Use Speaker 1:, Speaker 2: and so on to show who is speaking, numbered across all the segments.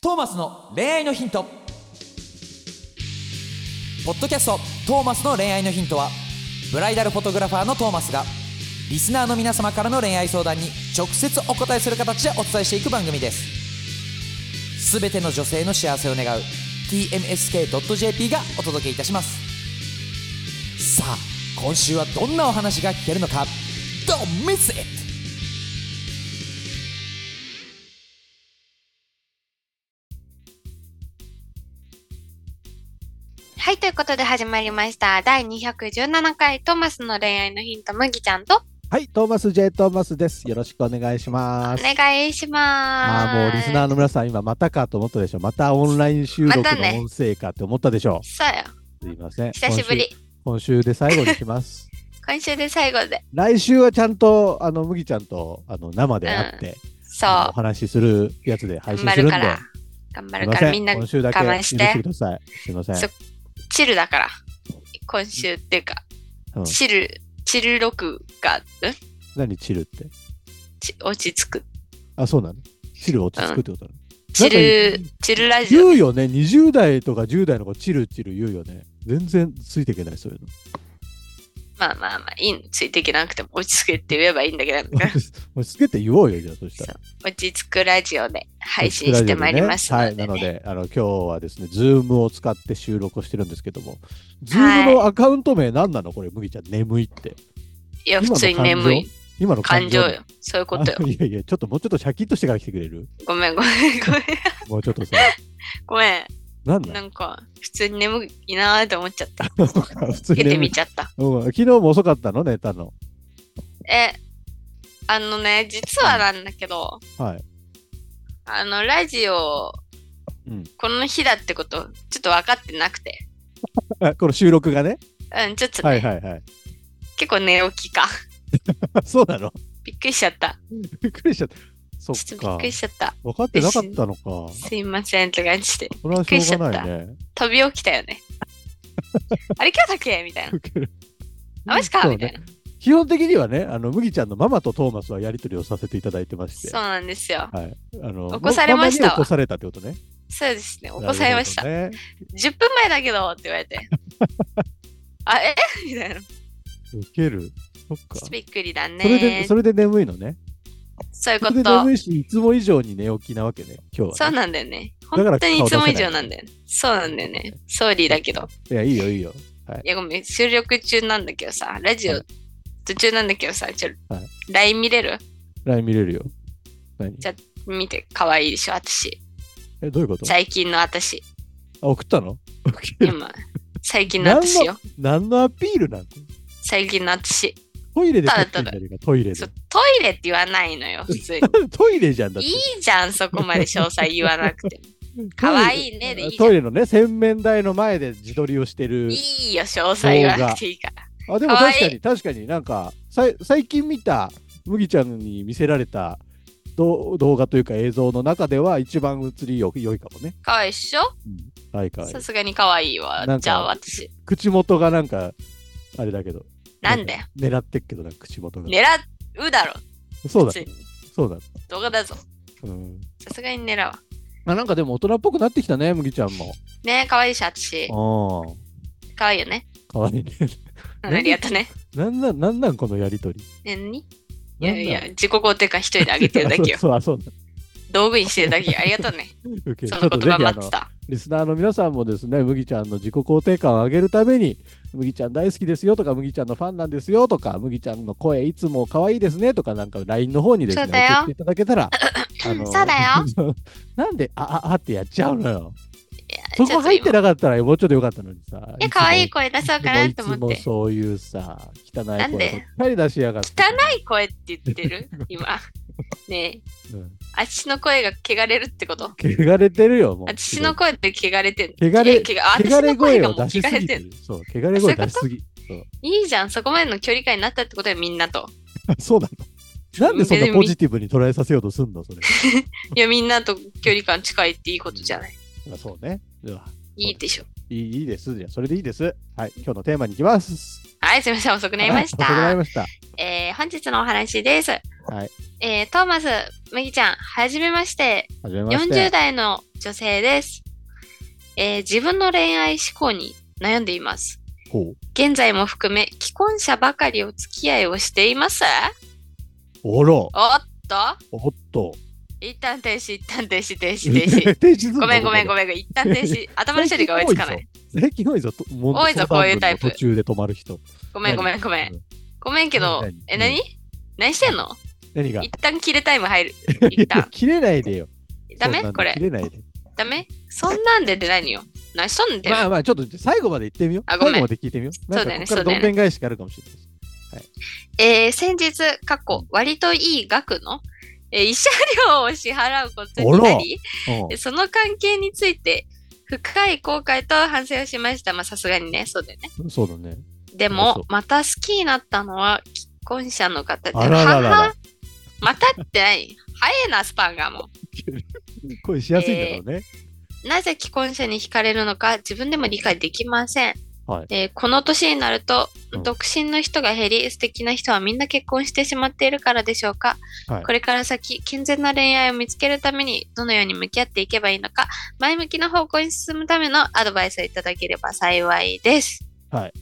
Speaker 1: トーマスの恋愛のヒントポッドキャスト「トーマスの恋愛のヒントは」ブライダルフォトグラファーのトーマスがリスナーの皆様からの恋愛相談に直接お答えする形でお伝えしていく番組ですすべての女性の幸せを願う tmsk.jp がお届けいたしますさあ今週はどんなお話が聞けるのか Don't miss it!
Speaker 2: はい、ということで始まりました。第217回トーマスの恋愛のヒント、麦ちゃんと
Speaker 3: はい、トーマス J トーマスです。よろしくお願いし
Speaker 2: お
Speaker 3: ます。
Speaker 2: 願いします。
Speaker 3: ああ、もうリスナーの皆さん、今またかと思ったでしょ。またオンライン収録の
Speaker 2: またね
Speaker 3: 音声かって思ったでしょ。
Speaker 2: そうよ。
Speaker 3: すいません。
Speaker 2: 久しぶり。
Speaker 3: 今週。今週で最後にします。
Speaker 2: 今週で最後で。
Speaker 3: 来週はちゃんと、あの、麦ちゃんと、あの、生で会って、
Speaker 2: そう。
Speaker 3: あのお話しするやつで配
Speaker 2: 頑
Speaker 3: 信
Speaker 2: 張
Speaker 3: するん
Speaker 2: る
Speaker 3: で。
Speaker 2: から。頑張
Speaker 3: すい
Speaker 2: る
Speaker 3: ま
Speaker 2: か
Speaker 3: せ
Speaker 2: ら、
Speaker 3: ん
Speaker 2: みんな
Speaker 3: 今週だけ
Speaker 2: 我慢
Speaker 3: 許
Speaker 2: し
Speaker 3: しててください。すいません。
Speaker 2: そチルだから。今週っていうか、
Speaker 3: うん
Speaker 2: チル、チル録が、ん
Speaker 3: 何、チルって。
Speaker 2: ち落ち着く。
Speaker 3: あ、そうなのチル落ち着くってことなの、
Speaker 2: チル、チルラジ
Speaker 3: 言
Speaker 2: オ。
Speaker 3: うよね。20代とか10代の子、チルチル言うよね。全然ついていけない、そういうの。
Speaker 2: まあまあまあ、いいの。ついていけなくても落ち着くって言えばいいんだけど、
Speaker 3: もうつけて言おうよ、じゃあ、そした
Speaker 2: そう
Speaker 3: ら。
Speaker 2: 落ち着くラジオで配信してまいりますので、ね。
Speaker 3: はい、なので、あの、今日はですね、ズームを使って収録をしてるんですけども、ズームのアカウント名何なのこれ、麦ちゃん、眠いって。
Speaker 2: いや、普通に
Speaker 3: 今の感情
Speaker 2: 眠い。
Speaker 3: 今の
Speaker 2: 感
Speaker 3: 感
Speaker 2: 情
Speaker 3: 情。
Speaker 2: よ。そういう ことよ
Speaker 3: あ。いやいや、ちょっともうちょっとシャキッとしてから来てく れる
Speaker 2: ごめん、ごめん、ごめん。
Speaker 3: もうちょっとさ、
Speaker 2: ごめ
Speaker 3: 何
Speaker 2: ん。
Speaker 3: な
Speaker 2: な
Speaker 3: の
Speaker 2: んか、普通に眠い なーって思っちゃった。
Speaker 3: 普通
Speaker 2: つけて
Speaker 3: 眠い
Speaker 2: みちゃった。
Speaker 3: うん昨日も遅かったの、寝たの。
Speaker 2: え、あのね、実はなんだけど、
Speaker 3: はい。
Speaker 2: あの、ラジオ、
Speaker 3: うん
Speaker 2: この日だってこと、ちょっと分かってなくて。
Speaker 3: あこの収録がね。
Speaker 2: うん、ちょっとね、
Speaker 3: はいはいはい。
Speaker 2: 結構寝起きか。
Speaker 3: そうなの
Speaker 2: びっくりしちゃった。
Speaker 3: びっくりしちゃった。そ
Speaker 2: ちょ
Speaker 3: っ
Speaker 2: っとびっ
Speaker 3: か
Speaker 2: く。りしちゃった。
Speaker 3: 分かってなかったのか。
Speaker 2: すいませんって感じで。
Speaker 3: それはしょうがないね。
Speaker 2: 飛び起きたよ ね。あれ今日だっけみたいな。
Speaker 3: ウケる
Speaker 2: あ、マジか
Speaker 3: そう
Speaker 2: み
Speaker 3: ね
Speaker 2: たいな。
Speaker 3: 基本的にはね、あの麦ちゃんのママとトーマスはやり取りをさせていただいてまして、
Speaker 2: そうなんですよ。
Speaker 3: はい、あの
Speaker 2: 起こされましたわ
Speaker 3: ママに起こされたってことね。
Speaker 2: そうですね。起こされました。
Speaker 3: なる
Speaker 2: 10分前だけどって言われて。 あ、えみたいな。ち
Speaker 3: ほどね。ウケる。そっ
Speaker 2: ょっ
Speaker 3: か
Speaker 2: と。びっくりだ
Speaker 3: それで
Speaker 2: ね。
Speaker 3: それで眠いのね。
Speaker 2: そういう
Speaker 3: そ
Speaker 2: こ
Speaker 3: れで
Speaker 2: と。
Speaker 3: 眠いし、いつも以上に寝起きなわけね、今日
Speaker 2: そ
Speaker 3: は
Speaker 2: う
Speaker 3: ね、
Speaker 2: なんだよね。
Speaker 3: だから
Speaker 2: 本当にいつも以
Speaker 3: 顔出せな
Speaker 2: 上
Speaker 3: い
Speaker 2: なんだよね。そうなんだよね。ソーリーだけど。
Speaker 3: いや、いいよ、いいよ。はい
Speaker 2: いや、ごめん。収録中なんだけどさ、ラジ
Speaker 3: は
Speaker 2: オ途中なんだけどさ、ちょっと
Speaker 3: はい
Speaker 2: LINE 見れる
Speaker 3: LINE 見れるよ。何
Speaker 2: じゃ見て、可愛いでしょ、私。
Speaker 3: え、どういうことあ
Speaker 2: 最近の 私。
Speaker 3: 送ったのウケる
Speaker 2: 今、最近の私よ。
Speaker 3: 何のアピールなの
Speaker 2: 最近の私。
Speaker 3: トイレで
Speaker 2: ただ
Speaker 3: 撮ってんじゃねえか、トイレで
Speaker 2: そう。トイレって言わないのよ、普通に。
Speaker 3: トイレじゃんだって。
Speaker 2: いいじゃん、そこまで詳細言わなくても。可愛いねでいいじゃん
Speaker 3: トイレのね、洗面台の前で自撮りをしてる。
Speaker 2: いいよ、詳細言わなくていいから。
Speaker 3: あ、でも
Speaker 2: 可愛い
Speaker 3: 確かに、確かになんか、さい最近見た、麦ちゃんに見せられたど動画というか映像の中では一番映りよ良いかもね。
Speaker 2: かわいいっしょ
Speaker 3: はいかい
Speaker 2: さ。すがにかわいいわ
Speaker 3: なん。か
Speaker 2: じゃあ私。
Speaker 3: 口元がなんか、あれだけど。
Speaker 2: なんだよ。
Speaker 3: 狙ってっけどな、口元が。
Speaker 2: 狙うだろ、
Speaker 3: そ
Speaker 2: 普
Speaker 3: うだ
Speaker 2: 通、に。
Speaker 3: そうだ。
Speaker 2: 動画だぞ。
Speaker 3: うん。
Speaker 2: さすがに狙うわ。
Speaker 3: まあなんかでも大人っぽくなってきたね、麦ちゃん も。
Speaker 2: ねえ、かわいいし、私。
Speaker 3: う
Speaker 2: かわいいよね。
Speaker 3: ん。かわいいね。
Speaker 2: うんありがとうね。
Speaker 3: なんなん、なんなんこのやりとり。
Speaker 2: ねにい
Speaker 3: な
Speaker 2: や
Speaker 3: んなん
Speaker 2: いや、自己肯定感一人で上げてるだけよ。
Speaker 3: そう、あそうだ。
Speaker 2: 道具にしてるだけよ。ありがとうね。
Speaker 3: 受ける
Speaker 2: そ
Speaker 3: ちょ
Speaker 2: の
Speaker 3: っと
Speaker 2: 言
Speaker 3: ぜ
Speaker 2: 葉
Speaker 3: ひあ
Speaker 2: 待っ
Speaker 3: の
Speaker 2: てた。
Speaker 3: リスナーの皆さんもですね麦ちゃんの自己肯定感を上げるために麦ちゃん大好きですよとか麦ちゃんのファンなんですよとか麦ちゃんの声いつも可愛いですねとかなんか LINE の方にですね
Speaker 2: そうだよ
Speaker 3: 送っていただけ たらあの
Speaker 2: そうだ
Speaker 3: なんであああってやっちゃうのよ
Speaker 2: ちょ
Speaker 3: そ
Speaker 2: っと
Speaker 3: こ
Speaker 2: 今
Speaker 3: 入ってなかったらもうちょっとよかったのにさ
Speaker 2: いや、かわいい声出そうかなと思っ
Speaker 3: い
Speaker 2: て
Speaker 3: つも。そういうさ汚い声ば
Speaker 2: な
Speaker 3: っ
Speaker 2: んで
Speaker 3: かり出しやがって
Speaker 2: 汚い声って言ってる今。ねえ、
Speaker 3: うん
Speaker 2: 私の声が汚れるってこと
Speaker 3: 汚れてるよもう
Speaker 2: 私の声って汚れてる。
Speaker 3: 汚れ
Speaker 2: いやあ
Speaker 3: 汚れ
Speaker 2: 私の声
Speaker 3: 声
Speaker 2: が
Speaker 3: を
Speaker 2: もう
Speaker 3: 出し
Speaker 2: 汚
Speaker 3: す
Speaker 2: れ
Speaker 3: ぎ
Speaker 2: て
Speaker 3: て
Speaker 2: る。
Speaker 3: るそう汚れ声出しすぎ
Speaker 2: いいじゃん、そこまでの距離感になったってことよ、みんな と。
Speaker 3: そうなの なんでそんなポジティブに捉えさせようとすんのそれ。
Speaker 2: いや、みんなと距離感近いっていいことじゃない。
Speaker 3: まあ そうね。ではい
Speaker 2: いでしょ。
Speaker 3: いいいいです。じゃあそれでいいです。はい。今日のテーマに行きます。
Speaker 2: はい、すみません、遅くなりまし
Speaker 3: はい遅くなり
Speaker 2: た。
Speaker 3: ました。
Speaker 2: えー、本日のお話です。はいえートーマス、麦ちゃん、はじめまして。
Speaker 3: はじめまして。
Speaker 2: 40代の女性です、えー自分の恋愛思考に悩んでいます。
Speaker 3: ほう
Speaker 2: 現在も含め、既婚者ばかりお付き合いをしています
Speaker 3: あら、
Speaker 2: おっと
Speaker 3: おっ と。
Speaker 2: 一旦停止、一旦停止、停止、停 止。
Speaker 3: 停止するの
Speaker 2: ごめんごめんご
Speaker 3: こ
Speaker 2: めん。一旦停止。頭の処理が追いつかない。
Speaker 3: こ最近多いぞ。とも
Speaker 2: 多いぞ
Speaker 3: 相談
Speaker 2: こういうタイプ
Speaker 3: 文の途中で止まる人。
Speaker 2: ごめんごめんごめん。
Speaker 3: ん。
Speaker 2: ごめんけど
Speaker 3: 何、
Speaker 2: え、
Speaker 3: うん
Speaker 2: 何何してんの
Speaker 3: 何が。
Speaker 2: 一旦切れタイム入る。一旦
Speaker 3: 切れないでよ。
Speaker 2: ダ
Speaker 3: そんな
Speaker 2: メ
Speaker 3: の
Speaker 2: こ
Speaker 3: 切
Speaker 2: れ。
Speaker 3: れないで。
Speaker 2: ダメそんなんでで何よ。何しとんでん
Speaker 3: まあまあ、ちょっと最後まで行ってみよう。
Speaker 2: あごめん
Speaker 3: 最後まで聞いてみよう。なんかここ
Speaker 2: そ
Speaker 3: か
Speaker 2: うだ
Speaker 3: ら
Speaker 2: よね
Speaker 3: どんでん返しがあるかもしれないし。
Speaker 2: えー先日、過去、割といい額の、えー慰謝料を支払うことになり、
Speaker 3: うん
Speaker 2: その関係について、深い後悔と反省をしました。まあ、さすがにね、そうだよね。
Speaker 3: そうだね。
Speaker 2: で
Speaker 3: そ
Speaker 2: も
Speaker 3: う、
Speaker 2: また好きになったのは、既婚者の方で、
Speaker 3: あららら
Speaker 2: は
Speaker 3: ら
Speaker 2: は。またって何早いな、スパンがも
Speaker 3: 恋しやすいんだろうね。
Speaker 2: う。なぜ既婚者に惹かれるのか、自分でも理解できません。
Speaker 3: はい
Speaker 2: えーこの年になると
Speaker 3: うん
Speaker 2: 独身の人が減り、素敵な人はみんな結婚してしまっているからでしょうか、
Speaker 3: はい
Speaker 2: これから先健全な恋愛を見つけるためにどのように向き合っていけばいいのか前向きな方向に進むためのアドバイスをいただければ幸いです
Speaker 3: はい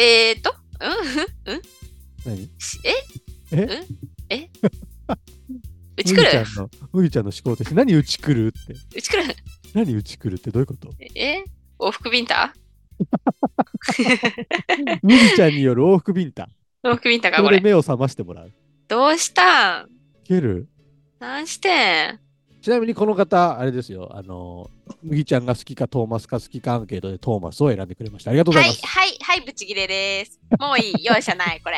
Speaker 2: えーとうんうん
Speaker 3: 何
Speaker 2: しえ
Speaker 3: え
Speaker 2: うん えうちく
Speaker 3: 麦ちゃ
Speaker 2: る
Speaker 3: んの、麦ちゃんの思考として、何うちくるって。
Speaker 2: うちくる
Speaker 3: 何うちくるってどういうこと
Speaker 2: え往復ビンタ
Speaker 3: 麦ちゃんによる往復ビンタ。
Speaker 2: 往復ビンタか
Speaker 3: そ
Speaker 2: こ
Speaker 3: れ
Speaker 2: れ
Speaker 3: で目を覚ましてもらう。
Speaker 2: どうしたん
Speaker 3: ける
Speaker 2: なんしてん
Speaker 3: ちなみにこの方、あれですよ、あの、麦ちゃんが好きかトーマスか好きかアンケートでトーマスを選んでくれました。ありがとうご
Speaker 2: は
Speaker 3: ざ
Speaker 2: い
Speaker 3: います。
Speaker 2: はいはいブチギレですもういい容赦ない これ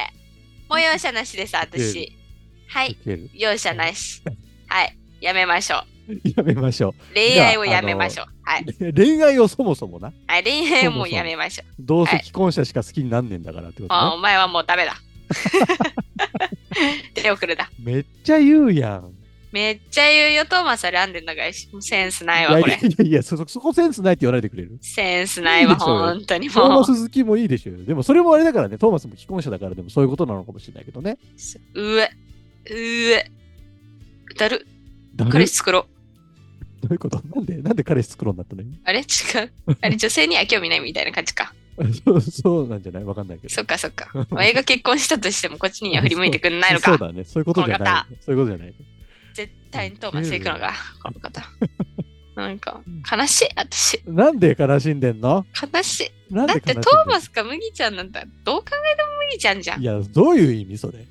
Speaker 2: もう容赦なしです
Speaker 3: い
Speaker 2: 私はい
Speaker 3: ける
Speaker 2: 容赦な しはいやめましょう
Speaker 3: やめましょ
Speaker 2: 恋愛をやめましょうはい、
Speaker 3: う。 恋愛をそもそもな、
Speaker 2: はい、恋愛をもうやめましょう
Speaker 3: どう
Speaker 2: は
Speaker 3: せ
Speaker 2: い
Speaker 3: 既婚者しか好きになんねえんだからってことね。
Speaker 2: あお前はもうダメ だ手遅れだ
Speaker 3: めっちゃ言うやん。
Speaker 2: めっちゃ言うよトーマスは選んでんだからもうセンスない
Speaker 3: いや
Speaker 2: わ
Speaker 3: い
Speaker 2: こ
Speaker 3: や
Speaker 2: れ
Speaker 3: いやいやそ、そそこセンスないって言わないでくれる
Speaker 2: センスないわ
Speaker 3: いいでしょうよ
Speaker 2: 本当に
Speaker 3: ト
Speaker 2: も
Speaker 3: ーマ
Speaker 2: う
Speaker 3: ス好きもいいでしょうよ。でもそれもあれだからね、トーマスも既婚者だからでもそういうことなのかもしれないけどね。
Speaker 2: うえうえだる
Speaker 3: だる
Speaker 2: 彼氏作ろう
Speaker 3: どういうことなんで、なんで彼氏作ろうになったの今
Speaker 2: あれ違 うあ れ女性には興味ないみたいな感じか
Speaker 3: そうそうなんじゃないわかんないけど。
Speaker 2: そっかそっか。親が結婚したとしてもこっちには振り向いてくんないの
Speaker 3: そ
Speaker 2: か
Speaker 3: う。だね。そういうことじ
Speaker 2: こ
Speaker 3: ゃ
Speaker 2: の
Speaker 3: ない。そういうことじゃない。
Speaker 2: 絶対にトーマス行くのが、この 方。なんか、悲しい、私。
Speaker 3: なんで悲しんでんの
Speaker 2: 悲しい。
Speaker 3: なんで
Speaker 2: だっ
Speaker 3: 悲し
Speaker 2: て
Speaker 3: んでんの
Speaker 2: トーマスか麦ちゃんなんだ。どう考えても麦ちゃんじゃ
Speaker 3: い
Speaker 2: ん。
Speaker 3: や、どういう意味それ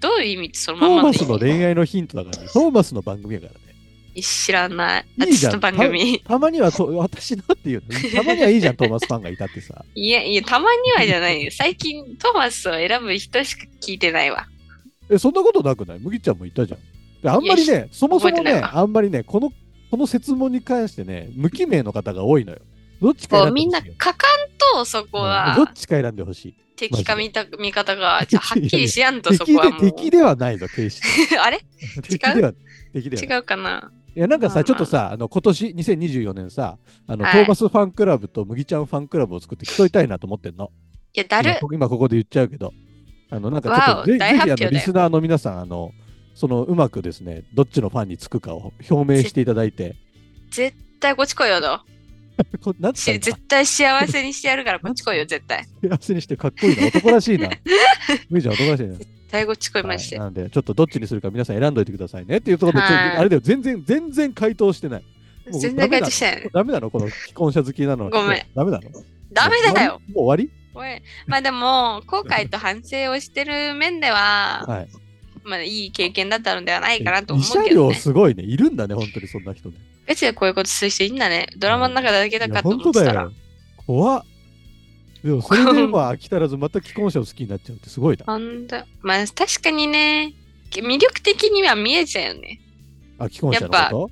Speaker 2: どういう意味ってその
Speaker 3: トー
Speaker 2: まま
Speaker 3: マ
Speaker 2: でい
Speaker 3: ス
Speaker 2: い
Speaker 3: の恋愛のヒントだからね。トーマスの番組やからね。
Speaker 2: 知らない。
Speaker 3: いい
Speaker 2: 私
Speaker 3: じゃん
Speaker 2: の番組。
Speaker 3: たまにはと、私のっていうの。たまにはいいじゃん、トーマスファンがいたってさ。
Speaker 2: いやいや、たまにはじゃないよ。最近トーマスを選ぶ人しか聞いてないわ。
Speaker 3: え、そんなことなくない麦ちゃんもいたじゃん。であんまり
Speaker 2: いや
Speaker 3: ね、そもそも
Speaker 2: 覚えてな
Speaker 3: ね
Speaker 2: い、わ
Speaker 3: あんまりね、この、この説問に関してね、無記名の方が多いのよ。どっちか
Speaker 2: こ
Speaker 3: 選
Speaker 2: う、
Speaker 3: んで
Speaker 2: みん
Speaker 3: ほ
Speaker 2: な
Speaker 3: しいよ
Speaker 2: かかんと、そこ
Speaker 3: うんど
Speaker 2: は
Speaker 3: っ。ちか選んでほしい。
Speaker 2: 敵か味た味方が、 じゃあはっきりしやんと、そ
Speaker 3: 敵
Speaker 2: こは
Speaker 3: で
Speaker 2: もう。
Speaker 3: 敵ではないぞ、ケイシ
Speaker 2: あれ
Speaker 3: 敵では、敵ではな
Speaker 2: 違
Speaker 3: い。
Speaker 2: うかない
Speaker 3: やなんか
Speaker 2: まあま
Speaker 3: さ、
Speaker 2: あ
Speaker 3: ちょっとさ、あの今年2024年さ、あのト
Speaker 2: はい
Speaker 3: ーマスファンクラブと麦ちゃんファンクラブを作って競いたいなと思ってんの。
Speaker 2: いや、だる
Speaker 3: 今。こ今ここで言っちゃうけど、あのなんかちょっ
Speaker 2: わお
Speaker 3: とぜ
Speaker 2: 大発
Speaker 3: ぜひ
Speaker 2: 表
Speaker 3: あの
Speaker 2: だ
Speaker 3: リ
Speaker 2: よ
Speaker 3: スナーの皆さん、あのそのうまくですね、どっちのファンにつくかを表明していただいて、
Speaker 2: 絶対こっち来いよと。
Speaker 3: こなんつ
Speaker 2: し
Speaker 3: った
Speaker 2: 絶対幸せにしてやる からこっち来いよ、絶対。
Speaker 3: 今幸せにしてかっこいいな、男らし いな。麦ちゃん男らしいな。
Speaker 2: 絶対こっち来い、
Speaker 3: はい
Speaker 2: マジで。
Speaker 3: なんで、ちょっとどっちにするか皆さん選んどいてくださいねっていうところで、ちょっと
Speaker 2: はい
Speaker 3: あれだよ、全然、全然回答してない。もう
Speaker 2: 全然解決してない。
Speaker 3: ダメな のこの既婚者好きなの。
Speaker 2: ごめん。
Speaker 3: ダメなの
Speaker 2: ダメだよ。。
Speaker 3: もう終わ
Speaker 2: おいまあでも、後悔と反省をしてる面では、
Speaker 3: りはい。
Speaker 2: まあいい経験だったのではないかなと思
Speaker 3: 慰謝
Speaker 2: うけど、
Speaker 3: 料
Speaker 2: ね。
Speaker 3: すごいね。いるんだね、本当にそんな人ね。
Speaker 2: ガチでこういうことする人いいんだね。ドラマの中だけだかと
Speaker 3: 本
Speaker 2: 思っ
Speaker 3: 当
Speaker 2: てた
Speaker 3: だ
Speaker 2: ら
Speaker 3: よ。。怖っ。でもそれ でまあ飽き足らずまた既婚者を好きになっちゃうってすごいな。
Speaker 2: ほんと。まあ確かにね、魅力的には見えちゃうよね。
Speaker 3: あ、既婚者のこ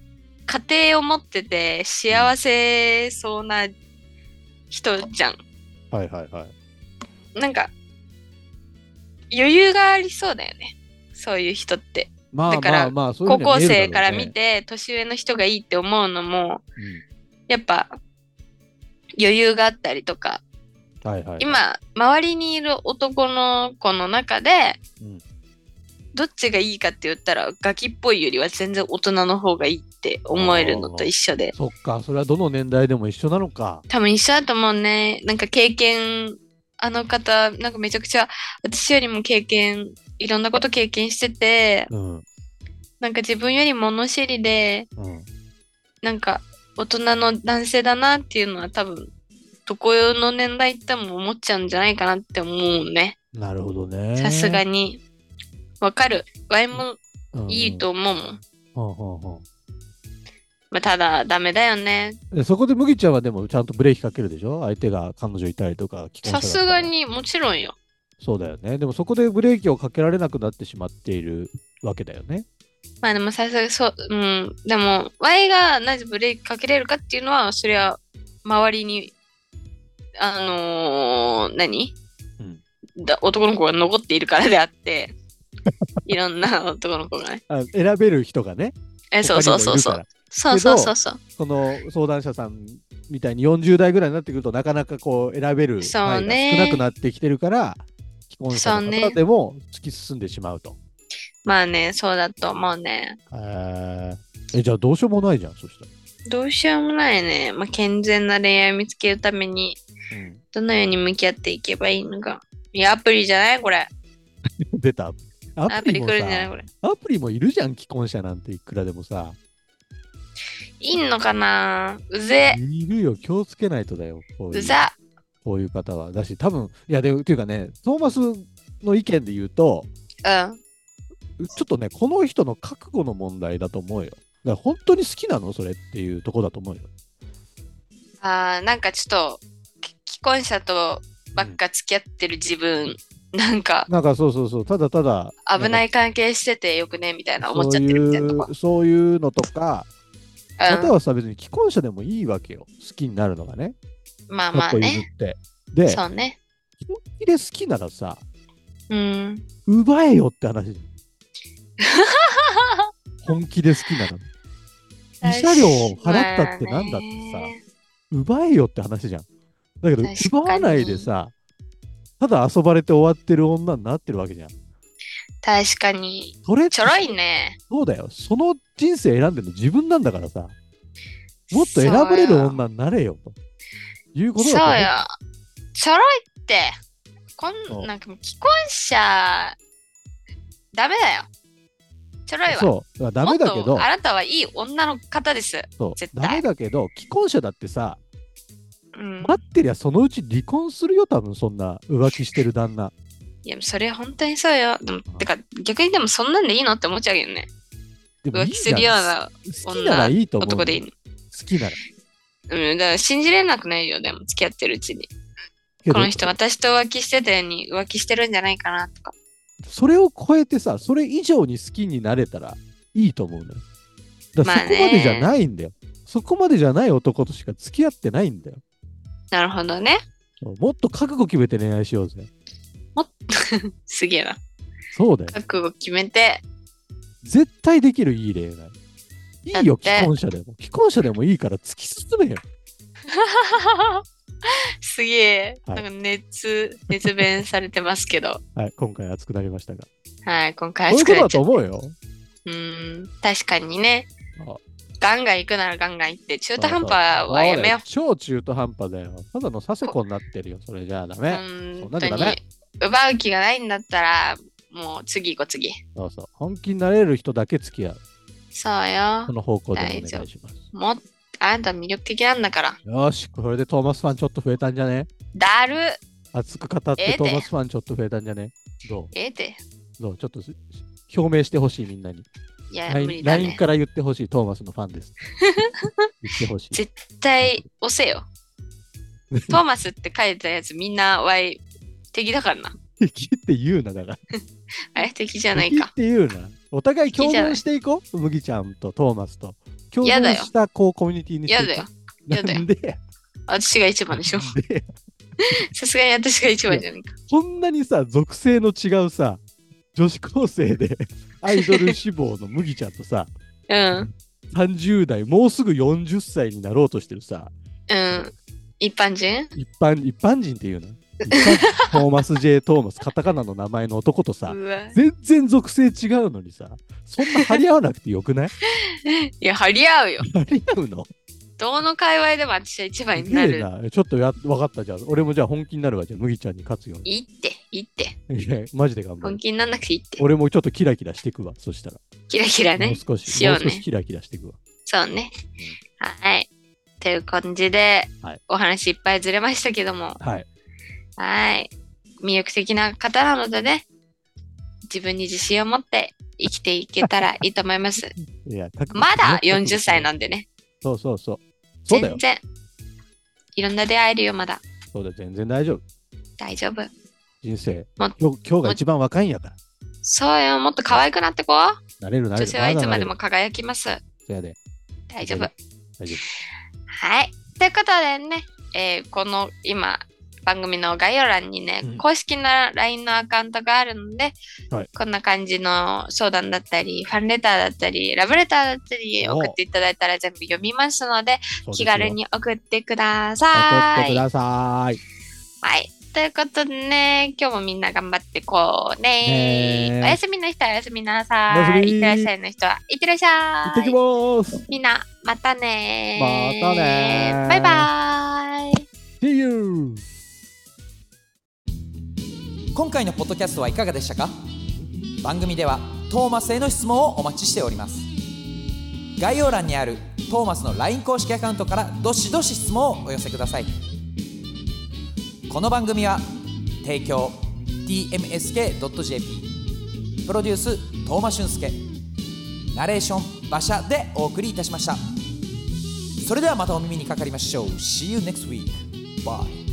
Speaker 2: 家庭を持ってて幸せそうな人じゃん。
Speaker 3: とはいはいはい。
Speaker 2: なんか余裕がありそうだよねそういう人って
Speaker 3: まあ
Speaker 2: だか
Speaker 3: ま
Speaker 2: ら
Speaker 3: あまあ、そうい
Speaker 2: 高
Speaker 3: うふうには
Speaker 2: 校
Speaker 3: 見えるだろうね
Speaker 2: 生から見、て年上の人がいいって思うのもやっぱ余裕があったりとか
Speaker 3: うんはいはい。、
Speaker 2: 今周りにいる男の子の中で
Speaker 3: うん
Speaker 2: どっちがいいかって言ったらガキっぽいよりは全然大人の方がいいって思えるのと一緒で
Speaker 3: そっか、それはどの年代でも一緒なのか。
Speaker 2: 多分一緒だと思うねなんか経験あの方なんかめちゃくちゃ私よりも経験いろんなこと経験してて
Speaker 3: うん。
Speaker 2: なんか自分より物知りで
Speaker 3: うん。
Speaker 2: なんか大人の男性だなっていうのは多分どこの年代行っても思っちゃうんじゃないかなって思うね
Speaker 3: なるほどね。
Speaker 2: さすが
Speaker 3: に、
Speaker 2: にわかるワイも
Speaker 3: うん
Speaker 2: いいと。思うもん、
Speaker 3: うんうんうん
Speaker 2: まあ、ただダメだよね
Speaker 3: でそこで麦ちゃんはでもちゃんとブレーキかけるでしょ相手が彼女いたりとか既婚者だ
Speaker 2: さ
Speaker 3: ったら
Speaker 2: すがにもちろんよ
Speaker 3: そうだよねでもそこでブレーキをかけられなくなってしまっているわけだよね
Speaker 2: まあでもさすがそううんでも Y がなぜブレーキかけれるかっていうのはそれは周りにあのー何、だ男の子が残っているからであって いろんな男の子がね
Speaker 3: あ選べる人がね
Speaker 2: えそうそうそうそうそう
Speaker 3: ら
Speaker 2: そうそうそう
Speaker 3: その相談者さんみたいに40代ぐらいになってくるとなかなかこう選べる
Speaker 2: そう
Speaker 3: 範囲が
Speaker 2: ね
Speaker 3: 少なくなってきてるから既婚者の
Speaker 2: そう
Speaker 3: 方
Speaker 2: ね
Speaker 3: でも突き進んでしまうと。
Speaker 2: まあねそうだと思うね
Speaker 3: へーえじゃあどうしようもないじゃんそした
Speaker 2: どうしようもないね、まあ、健全な恋愛を見つけるために
Speaker 3: ら、
Speaker 2: どのように向き合っていけばいいのかいやアプリじゃないこれ
Speaker 3: 出た
Speaker 2: ア
Speaker 3: アプ
Speaker 2: プ
Speaker 3: リ
Speaker 2: リ
Speaker 3: も
Speaker 2: 来るんじゃない
Speaker 3: さ
Speaker 2: これ
Speaker 3: アプリもいるじゃん既婚者なんていくらでもさ
Speaker 2: いんのかなうぜ
Speaker 3: いるよ気をつけないとだよこういう
Speaker 2: うざ
Speaker 3: こういう方はだし多分いやでっていうかねトーマスの意見で言うと
Speaker 2: うん
Speaker 3: ちょっとね、この人の覚悟の問題だと思うよ。だから本当に好きなのそれっていうとこだと思うよ。
Speaker 2: あーなんかちょっとき既婚者とばっか付き合ってる自分、なんか
Speaker 3: なんかそうそうそう、ただただ。
Speaker 2: 危ないい関係しててよくねみたいな
Speaker 3: そ
Speaker 2: 思っ
Speaker 3: う
Speaker 2: ちゃってるみたいなとこ
Speaker 3: いう、そういうのとか、また
Speaker 2: うん
Speaker 3: はさ、別に既婚者でもいいわけよ。好きになるのがね。
Speaker 2: まあ
Speaker 3: ちょ
Speaker 2: ま
Speaker 3: っ
Speaker 2: あ
Speaker 3: と譲
Speaker 2: ね
Speaker 3: って。で、
Speaker 2: そうね
Speaker 3: 本気で好きならさ、
Speaker 2: うん
Speaker 3: 奪えよって話 じゃん。本気で好きなの。慰謝料を払ったってなんだって
Speaker 2: ま
Speaker 3: さ
Speaker 2: あね
Speaker 3: 奪えよって話じゃん。だけ
Speaker 2: 確
Speaker 3: ど、
Speaker 2: かに
Speaker 3: 奪わないでさ、ただ遊ばれて終わってる女になってるわけじゃん。
Speaker 2: 確かに
Speaker 3: それって
Speaker 2: ちょろいね
Speaker 3: そうだよ。その人生選んでるの自分なんだからさ。もっと選ばれる女になれよと。いうこと
Speaker 2: そうよ
Speaker 3: だ
Speaker 2: ちょろいってこ
Speaker 3: そうん
Speaker 2: なんか既婚者ダメだよちょろいわ
Speaker 3: と思う。そう。だからダメだけ
Speaker 2: もっ
Speaker 3: ど
Speaker 2: とあ、なたはいい女の方です
Speaker 3: そう
Speaker 2: 絶対
Speaker 3: ダメだけど、既婚者だってさ、
Speaker 2: うん
Speaker 3: 待ってりゃそのうち離婚するよ、多分そんな浮気してる旦那。
Speaker 2: いや、それ本当にそうよ。でも、てか、逆にでもそんなんでいいのって思っちゃうけどね。
Speaker 3: でもい
Speaker 2: 浮
Speaker 3: い
Speaker 2: 気
Speaker 3: じ
Speaker 2: す
Speaker 3: ゃん
Speaker 2: るような
Speaker 3: 好きならいいと思う。
Speaker 2: 男でいいの。
Speaker 3: 好きなら。
Speaker 2: うん、だから信じれなくないよ、でも、付き合ってるうちに。
Speaker 3: けど
Speaker 2: この人、私と浮気してたように浮気してるんじゃないかなとか。
Speaker 3: それを超えてさ、それ以上に好きになれたらいいと思うのよ。だから
Speaker 2: まあ
Speaker 3: そこ
Speaker 2: ね
Speaker 3: までじゃないんだよ。そこまでじゃない男としか付き合ってないんだよ。
Speaker 2: なるほどね。
Speaker 3: そうもっと覚悟決めて恋愛しようぜ。
Speaker 2: すげえな。
Speaker 3: そうだよ。
Speaker 2: 覚悟決めて、
Speaker 3: 絶対できるいい恋愛。いい
Speaker 2: だ
Speaker 3: よ、
Speaker 2: って
Speaker 3: 既婚者でも。既婚者でもいいから突き進めよ。
Speaker 2: すげえ、
Speaker 3: はい
Speaker 2: なんか熱、熱弁されてますけど。
Speaker 3: はい、今回熱くなりましたが。
Speaker 2: はい、今
Speaker 3: こ
Speaker 2: 回
Speaker 3: ういう
Speaker 2: 熱
Speaker 3: こ
Speaker 2: く
Speaker 3: と
Speaker 2: な
Speaker 3: だ
Speaker 2: っち
Speaker 3: と
Speaker 2: ゃう。
Speaker 3: 思うよ。
Speaker 2: うん、確かにね
Speaker 3: あ。
Speaker 2: ガンガン行くならガンガン行って、中途半端はやめよう。
Speaker 3: そうだよ超中途半端だよ。ただのサセコになってるよ。それじゃあダメ。
Speaker 2: 本
Speaker 3: そうな
Speaker 2: 当
Speaker 3: んでダ
Speaker 2: に
Speaker 3: メ
Speaker 2: 奪う気がないんだったらもう次行こう次
Speaker 3: そうそう。本気になれる人だけ付き合う。
Speaker 2: そう
Speaker 3: こ
Speaker 2: よ
Speaker 3: の方向でお願い
Speaker 2: 大
Speaker 3: し
Speaker 2: 丈夫
Speaker 3: ます。
Speaker 2: もっあなた魅力的なんだから
Speaker 3: よし、これでトーマスファンちょっと増えたんじゃね
Speaker 2: だる
Speaker 3: 熱く語っ
Speaker 2: ええ
Speaker 3: て
Speaker 2: で
Speaker 3: トーマスファンちょっと増えたんじゃねど
Speaker 2: ええって
Speaker 3: うどうちょっとし表明してほしいみんなに。
Speaker 2: いや無理だ
Speaker 3: LINE
Speaker 2: ね
Speaker 3: から言ってほしい、トーマスのファン です。言ってほしい。
Speaker 2: 絶対押せよトーマスって書いたやつみんなわい敵だからな
Speaker 3: 敵って言うな、だから。
Speaker 2: あれ敵じゃない
Speaker 3: 敵っ
Speaker 2: か
Speaker 3: て言うな。お互い
Speaker 2: 敵
Speaker 3: 共
Speaker 2: じゃない
Speaker 3: 存していこう、麦ちゃんとトーマスと。共
Speaker 2: やだ
Speaker 3: 存
Speaker 2: よ
Speaker 3: したこうコミュニティにして
Speaker 2: や
Speaker 3: いこ
Speaker 2: だ
Speaker 3: う
Speaker 2: よやだよ
Speaker 3: なんで、
Speaker 2: 私が一番で しょ
Speaker 3: で
Speaker 2: さすがに私が一番じゃないか
Speaker 3: こんなにさ、属性の違うさ、女子高 生でアイドル志望の麦ちゃんとさ、
Speaker 2: うん
Speaker 3: 30代、もうすぐ40歳になろうとしてるさ、
Speaker 2: うん一般人
Speaker 3: 一般一般人っていうの トーマス・ J ・トーマス、カタカナの名前の男とさ、
Speaker 2: うわ
Speaker 3: 全然属性違うのにさ、そんな張り合わなくてよ くない
Speaker 2: いや張り合う よ
Speaker 3: 張り合うの
Speaker 2: どの界隈でも私は一番にな
Speaker 3: すげえ
Speaker 2: る
Speaker 3: な。ちょっとや分かったじゃん。俺もじゃあ本気になるわじゃあ麦ちゃんに勝つよう
Speaker 2: いいっていいって
Speaker 3: に。いやマジで頑張
Speaker 2: 本
Speaker 3: る。
Speaker 2: 気になんなくていいって
Speaker 3: 俺もちょっとキラキラしていくわ。そしたら。
Speaker 2: キラキラ
Speaker 3: もう
Speaker 2: ね
Speaker 3: 少し、
Speaker 2: しよう
Speaker 3: もう
Speaker 2: ね
Speaker 3: 少しキラキラしていくわ。
Speaker 2: そうねはいという感じで、
Speaker 3: はい
Speaker 2: お話いっぱいずれましたけども
Speaker 3: はい。
Speaker 2: はい魅力的な方なのでね自分に自信を持って生きていけたらいいと思います
Speaker 3: いや、たく
Speaker 2: まだ40歳な
Speaker 3: だ。
Speaker 2: んでね
Speaker 3: そうそうそう。そうだよ
Speaker 2: 全。然いろんな出会えるよまだ
Speaker 3: そうだよ。全然大丈夫。
Speaker 2: 大丈夫
Speaker 3: 人生。
Speaker 2: も
Speaker 3: 今日今日が一番若いんやから。
Speaker 2: そうよもっと可愛くなってこう
Speaker 3: なれるな
Speaker 2: 女
Speaker 3: れる。
Speaker 2: 性はいつまで
Speaker 3: ま
Speaker 2: も輝きます。
Speaker 3: だなれる。そうやで。
Speaker 2: 大丈夫。
Speaker 3: 大丈夫。
Speaker 2: はい。ということでね、えーこの今、番組の概要欄にね、
Speaker 3: うん
Speaker 2: 公式な LINE のアカウントがあるので、
Speaker 3: はい
Speaker 2: こんな感じの相談だったり、ファンレターだったり、ラブレターだったり、
Speaker 3: お
Speaker 2: 送っていただいたら全部読みますので、
Speaker 3: そうです
Speaker 2: 気
Speaker 3: よ
Speaker 2: 軽。に送ってくだ
Speaker 3: 送
Speaker 2: さ
Speaker 3: って
Speaker 2: い。
Speaker 3: く
Speaker 2: は
Speaker 3: ださい。
Speaker 2: い。ということでね、今日もみんな頑張ってこうね。
Speaker 3: ねー
Speaker 2: おやすみの人はおやすみな
Speaker 3: おや
Speaker 2: さ
Speaker 3: す
Speaker 2: い。い
Speaker 3: み
Speaker 2: ってらっしゃいの人はいってらっしゃ
Speaker 3: 行
Speaker 2: い。
Speaker 3: ってきます。
Speaker 2: みんな、またねー
Speaker 3: またねー
Speaker 2: バイバーイ
Speaker 3: See you!
Speaker 1: 今回のポッドキャストはいかがでしたか番組ではトーマスへの質問をお待ちしております概要欄にあるトーマスの LINE 公式アカウントからどしどし質問をお寄せくださいこの番組は提供 tmsk.jp プロデューストーマ俊介ナレーション馬車でお送りいたしましたそれではまたお耳にかかりましょう See you next week Bye